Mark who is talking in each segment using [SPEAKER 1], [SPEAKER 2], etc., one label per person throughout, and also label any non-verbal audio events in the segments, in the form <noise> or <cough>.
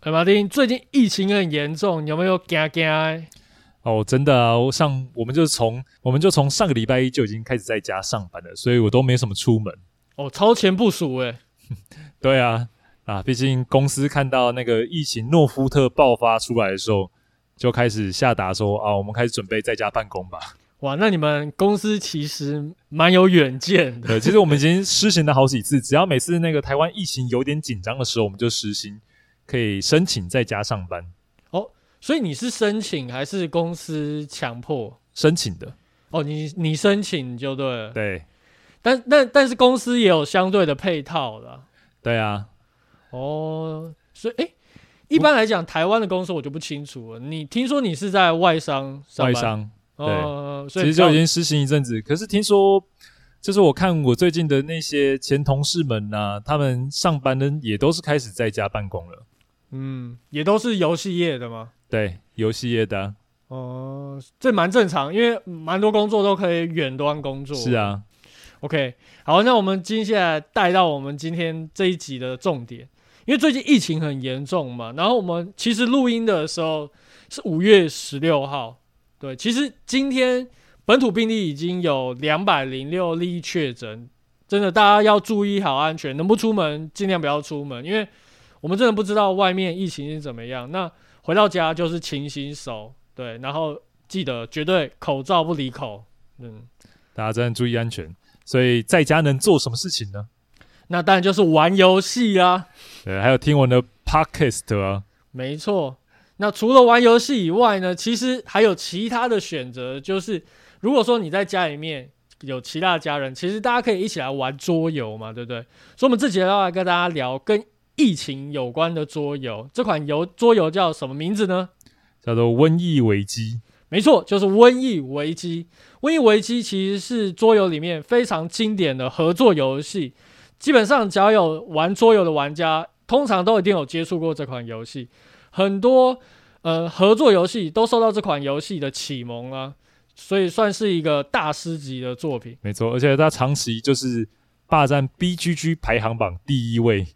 [SPEAKER 1] 哎，马丁，最近疫情很严重，你有没有惊惊？
[SPEAKER 2] 哦，真的啊，我上我们就从我们就从上个礼拜一就已经开始在家上班了，所以我都没什么出门。
[SPEAKER 1] 哦，超前部署哎、
[SPEAKER 2] 对啊，啊，毕竟公司看到那个疫情诺夫特爆发出来的时候，就开始下达说啊，我们开始准备在家办公吧。
[SPEAKER 1] 哇，那你们公司其实蛮有远见的。 <laughs>
[SPEAKER 2] 对，其实我们已经施行了好几次，只要每次那个台湾疫情有点紧张的时候，我们就实行可以申请在家上班，
[SPEAKER 1] 所以你是申请还是公司强迫？
[SPEAKER 2] 申请的。
[SPEAKER 1] 哦，你你申请就对了。
[SPEAKER 2] 对，
[SPEAKER 1] 但但但是公司也有相对的配套啦。
[SPEAKER 2] 对啊，
[SPEAKER 1] 哦，所以哎、一般来讲，台湾的公司我就不清楚了。你听说你是在外商上
[SPEAKER 2] 外
[SPEAKER 1] 班？
[SPEAKER 2] 商
[SPEAKER 1] 哦，所
[SPEAKER 2] 其
[SPEAKER 1] 以
[SPEAKER 2] 实就
[SPEAKER 1] 比较
[SPEAKER 2] 已经实行一阵子，可是听说。就是我看我最近的那些前同事们呐、他们上班的也都是开始在家办公了。
[SPEAKER 1] 嗯，也都是游戏业的吗？
[SPEAKER 2] 对，游戏业的啊、
[SPEAKER 1] 哦、这蛮正常，因为蛮多工作都可以远端工作。
[SPEAKER 2] 是啊，
[SPEAKER 1] OK，好，那我们接下来带到我们今天这一集的重点，因为最近疫情很严重嘛，然后我们其实录音的时候是五月十六号，对，其实今天本土病例已经有两百零六例确诊，真的大家要注意好安全，能不出门尽量不要出门，因为我们真的不知道外面疫情是怎么样。那回到家就是勤洗手，对，然后记得绝对口罩不离口，嗯。
[SPEAKER 2] 大家真的注意安全。所以在家能做什么事情呢？
[SPEAKER 1] 那当然就是玩游戏啊，
[SPEAKER 2] 对，还有听我的 podcast 啊，
[SPEAKER 1] 没错。那除了玩游戏以外呢，其实还有其他的选择，就是如果说你在家里面有其他的家人，其实大家可以一起来玩桌游嘛，对不对？所以我们这节要来跟大家聊跟疫情有关的桌游，这款游桌游叫什么名字呢？
[SPEAKER 2] 叫做瘟疫危机。
[SPEAKER 1] 没错，就是瘟疫危机。瘟疫危机其实是桌游里面非常经典的合作游戏，基本上只要有玩桌游的玩家，通常都一定有接触过这款游戏。很多呃合作游戏都受到这款游戏的启蒙啊，所以算是一个大师级的作品。
[SPEAKER 2] 没错，而且它长期就是霸占 BGG 排行榜第一位，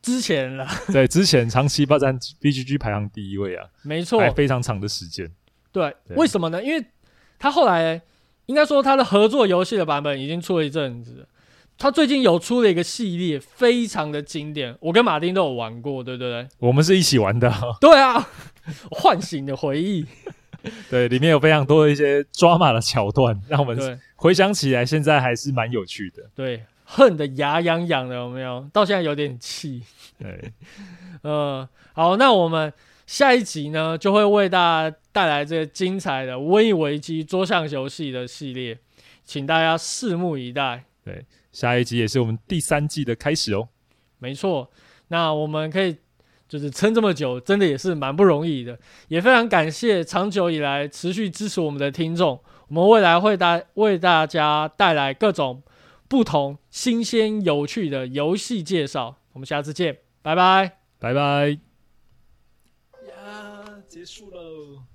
[SPEAKER 1] 之前啦，
[SPEAKER 2] 在之前长期霸占 BGG 排行第一位啊，
[SPEAKER 1] 没错，
[SPEAKER 2] 还非常长的时间。
[SPEAKER 1] 对，
[SPEAKER 2] 对
[SPEAKER 1] 为什么呢？因为他后来应该说他的合作游戏的版本已经出了一阵子了，他最近有出了一个系列，非常的经典，我跟马丁都有玩过，对不对？
[SPEAKER 2] 我们是一起玩的啊、
[SPEAKER 1] 对啊， <laughs> 唤醒你的回忆，
[SPEAKER 2] 对，里面有非常多的一些抓马的桥段，让我们
[SPEAKER 1] 对
[SPEAKER 2] 回想起来，现在还是蛮有趣的。
[SPEAKER 1] 对，恨得牙痒痒的，有没有？到现在有点气。
[SPEAKER 2] 对，
[SPEAKER 1] 嗯，好，那我们下一集呢，就会为大家带来这个精彩的《瘟疫危机》桌上游戏的系列，请大家拭目以待。
[SPEAKER 2] 下一集也是我们第三季的开始哦。
[SPEAKER 1] 没错，那我们可以就是撑这么久，真的也是蛮不容易的，也非常感谢长久以来持续支持我们的听众。我们未来会带为大家带来各种不同、新鲜、有趣的游戏介绍。我们下次见，拜拜。
[SPEAKER 2] 拜拜。呀，结束喽。